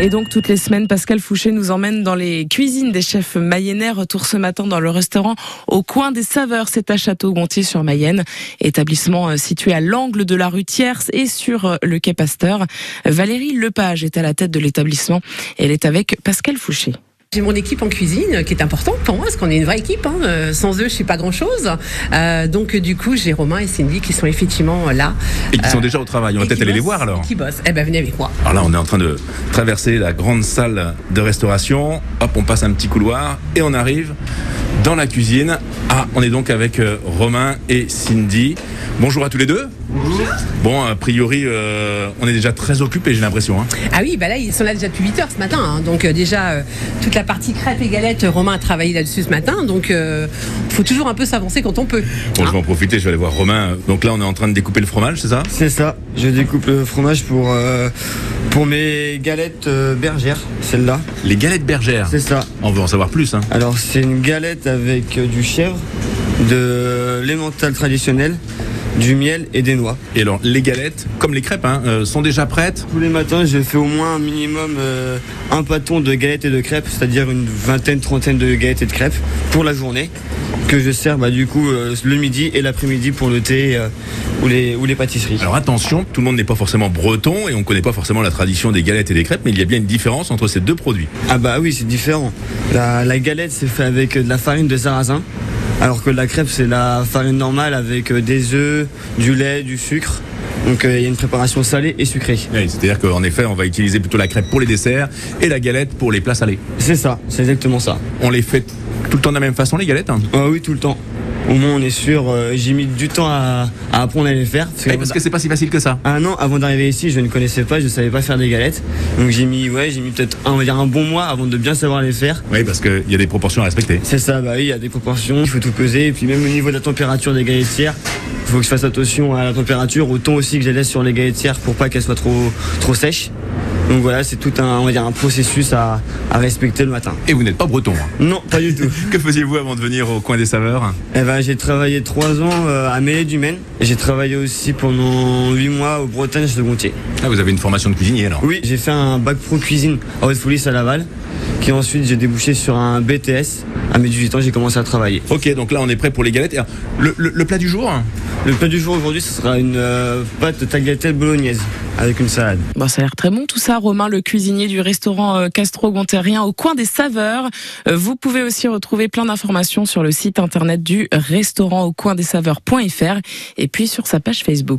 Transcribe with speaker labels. Speaker 1: Et donc toutes les semaines, Pascal Fouché nous emmène dans les cuisines des chefs mayennais. Retour ce matin dans le restaurant au coin des saveurs. C'est à Château-Gontier-sur-Mayenne, établissement euh, situé à l'angle de la rue Thiers et sur euh, le quai Pasteur. Valérie Lepage est à la tête de l'établissement. Elle est avec Pascal Fouché.
Speaker 2: J'ai mon équipe en cuisine qui est importante pour moi, parce qu'on est une vraie équipe. hein. Euh, Sans eux, je suis pas grand-chose. Euh, donc du coup, j'ai Romain et Cindy qui sont effectivement euh, là.
Speaker 3: Et qui sont déjà au travail. On va
Speaker 2: Et qui
Speaker 3: peut-être aller les
Speaker 2: bossent,
Speaker 3: voir alors.
Speaker 2: Qui bossent. Eh ben venez avec moi.
Speaker 3: Alors là, on est en train de traverser la grande salle de restauration. Hop, on passe un petit couloir et on arrive dans la cuisine. Ah, on est donc avec euh, Romain et Cindy. Bonjour à tous les deux. Bon, a priori, euh, on est déjà très occupés, j'ai l'impression. hein.
Speaker 2: Ah oui, bah là, ils sont là déjà depuis 8 heures ce matin. hein. Donc euh, déjà, euh, toute la partie crêpes et galettes, euh, Romain a travaillé là-dessus ce matin. Donc euh, faut toujours un peu s'avancer quand on peut.
Speaker 3: Bon, je
Speaker 2: hein.
Speaker 3: vais en profiter, je vais aller voir Romain. Donc là, on est en train de découper le fromage, c'est ça
Speaker 4: C'est ça, je découpe le fromage pour, euh, pour mes galettes euh, bergères, celle-là.
Speaker 3: Les galettes bergères.
Speaker 4: C'est ça.
Speaker 3: On veut en savoir plus. Hein.
Speaker 4: Alors c'est une galette avec euh, du chèvre, de l'emmental traditionnel, du miel et des noix.
Speaker 3: Et alors, les galettes, comme les crêpes, hein, euh, sont déjà prêtes.
Speaker 4: Tous les matins, je fais au moins un minimum euh, un pâton de galettes et de crêpes, c'est-à-dire une vingtaine, trentaine de galettes et de crêpes pour la journée, que je sers bah, du coup euh, le midi et l'après-midi pour le thé euh, ou, les, ou les pâtisseries.
Speaker 3: Alors attention, tout le monde n'est pas forcément breton et on ne connaît pas forcément la tradition des galettes et des crêpes, mais il y a bien une différence entre ces deux produits.
Speaker 4: Ah bah oui, c'est différent. La, la galette, c'est fait avec de la farine de sarrasin, alors que la crêpe, c'est la farine normale avec euh, des œufs, du lait, du sucre. Donc euh, il y a une préparation salée et sucrée.
Speaker 3: Oui, C'est-à-dire qu'en effet, on va utiliser plutôt la crêpe pour les desserts et la galette pour les plats salés.
Speaker 4: C'est ça, c'est exactement ça.
Speaker 3: On les fait tout le temps de la même façon, les galettes hein
Speaker 4: Ah oui, tout le temps. Au moins on est sûr, euh, j'ai mis du temps à, à apprendre à les faire. parce que-
Speaker 3: Eh, Parce que c'est pas si facile que ça.
Speaker 4: un an avant d'arriver ici, je ne connaissais pas, je ne savais pas faire des galettes. Donc j'ai mis, ouais, j'ai mis peut-être un, on va dire un bon mois avant de bien savoir les faire.
Speaker 3: Oui, parce qu'il y a des proportions à respecter.
Speaker 4: C'est ça, bah oui, il y a des proportions, il faut tout peser, et puis même au niveau de la température des galetières, il faut que je fasse attention à la température, au temps aussi que je laisse sur les galetières pour pas qu'elles soient trop, trop sèches. Donc voilà, c'est tout un, on va dire, un processus à, à respecter le matin.
Speaker 3: Et vous n'êtes pas breton. hein.
Speaker 4: Non, pas du tout.
Speaker 3: Que faisiez-vous avant de venir au coin des saveurs
Speaker 4: Eh ben, j'ai travaillé trois ans euh, à Mêlée du Maine. J'ai travaillé aussi pendant huit mois au Bretagne chez le Gontier.
Speaker 3: Ah, vous avez une formation de cuisinier alors
Speaker 4: Oui, j'ai fait un bac pro cuisine à haute police à Laval, qui ensuite j'ai débouché sur un BTS. À mes 18 ans, j'ai commencé à travailler.
Speaker 3: Ok, donc là on est prêt pour les galettes. Et alors, Le, le- le plat du jour hein
Speaker 4: Le plat du jour aujourd'hui, ce sera une euh, pâte tagliatelle bolognaise avec une salade.
Speaker 1: Bon, ça a l'air très bon tout ça, Romain, le cuisinier du restaurant euh, Castro-Gontérien au coin des saveurs. Euh, Vous pouvez aussi retrouver plein d'informations sur le site internet du restaurant au coin des saveurs.fr et puis sur sa page Facebook.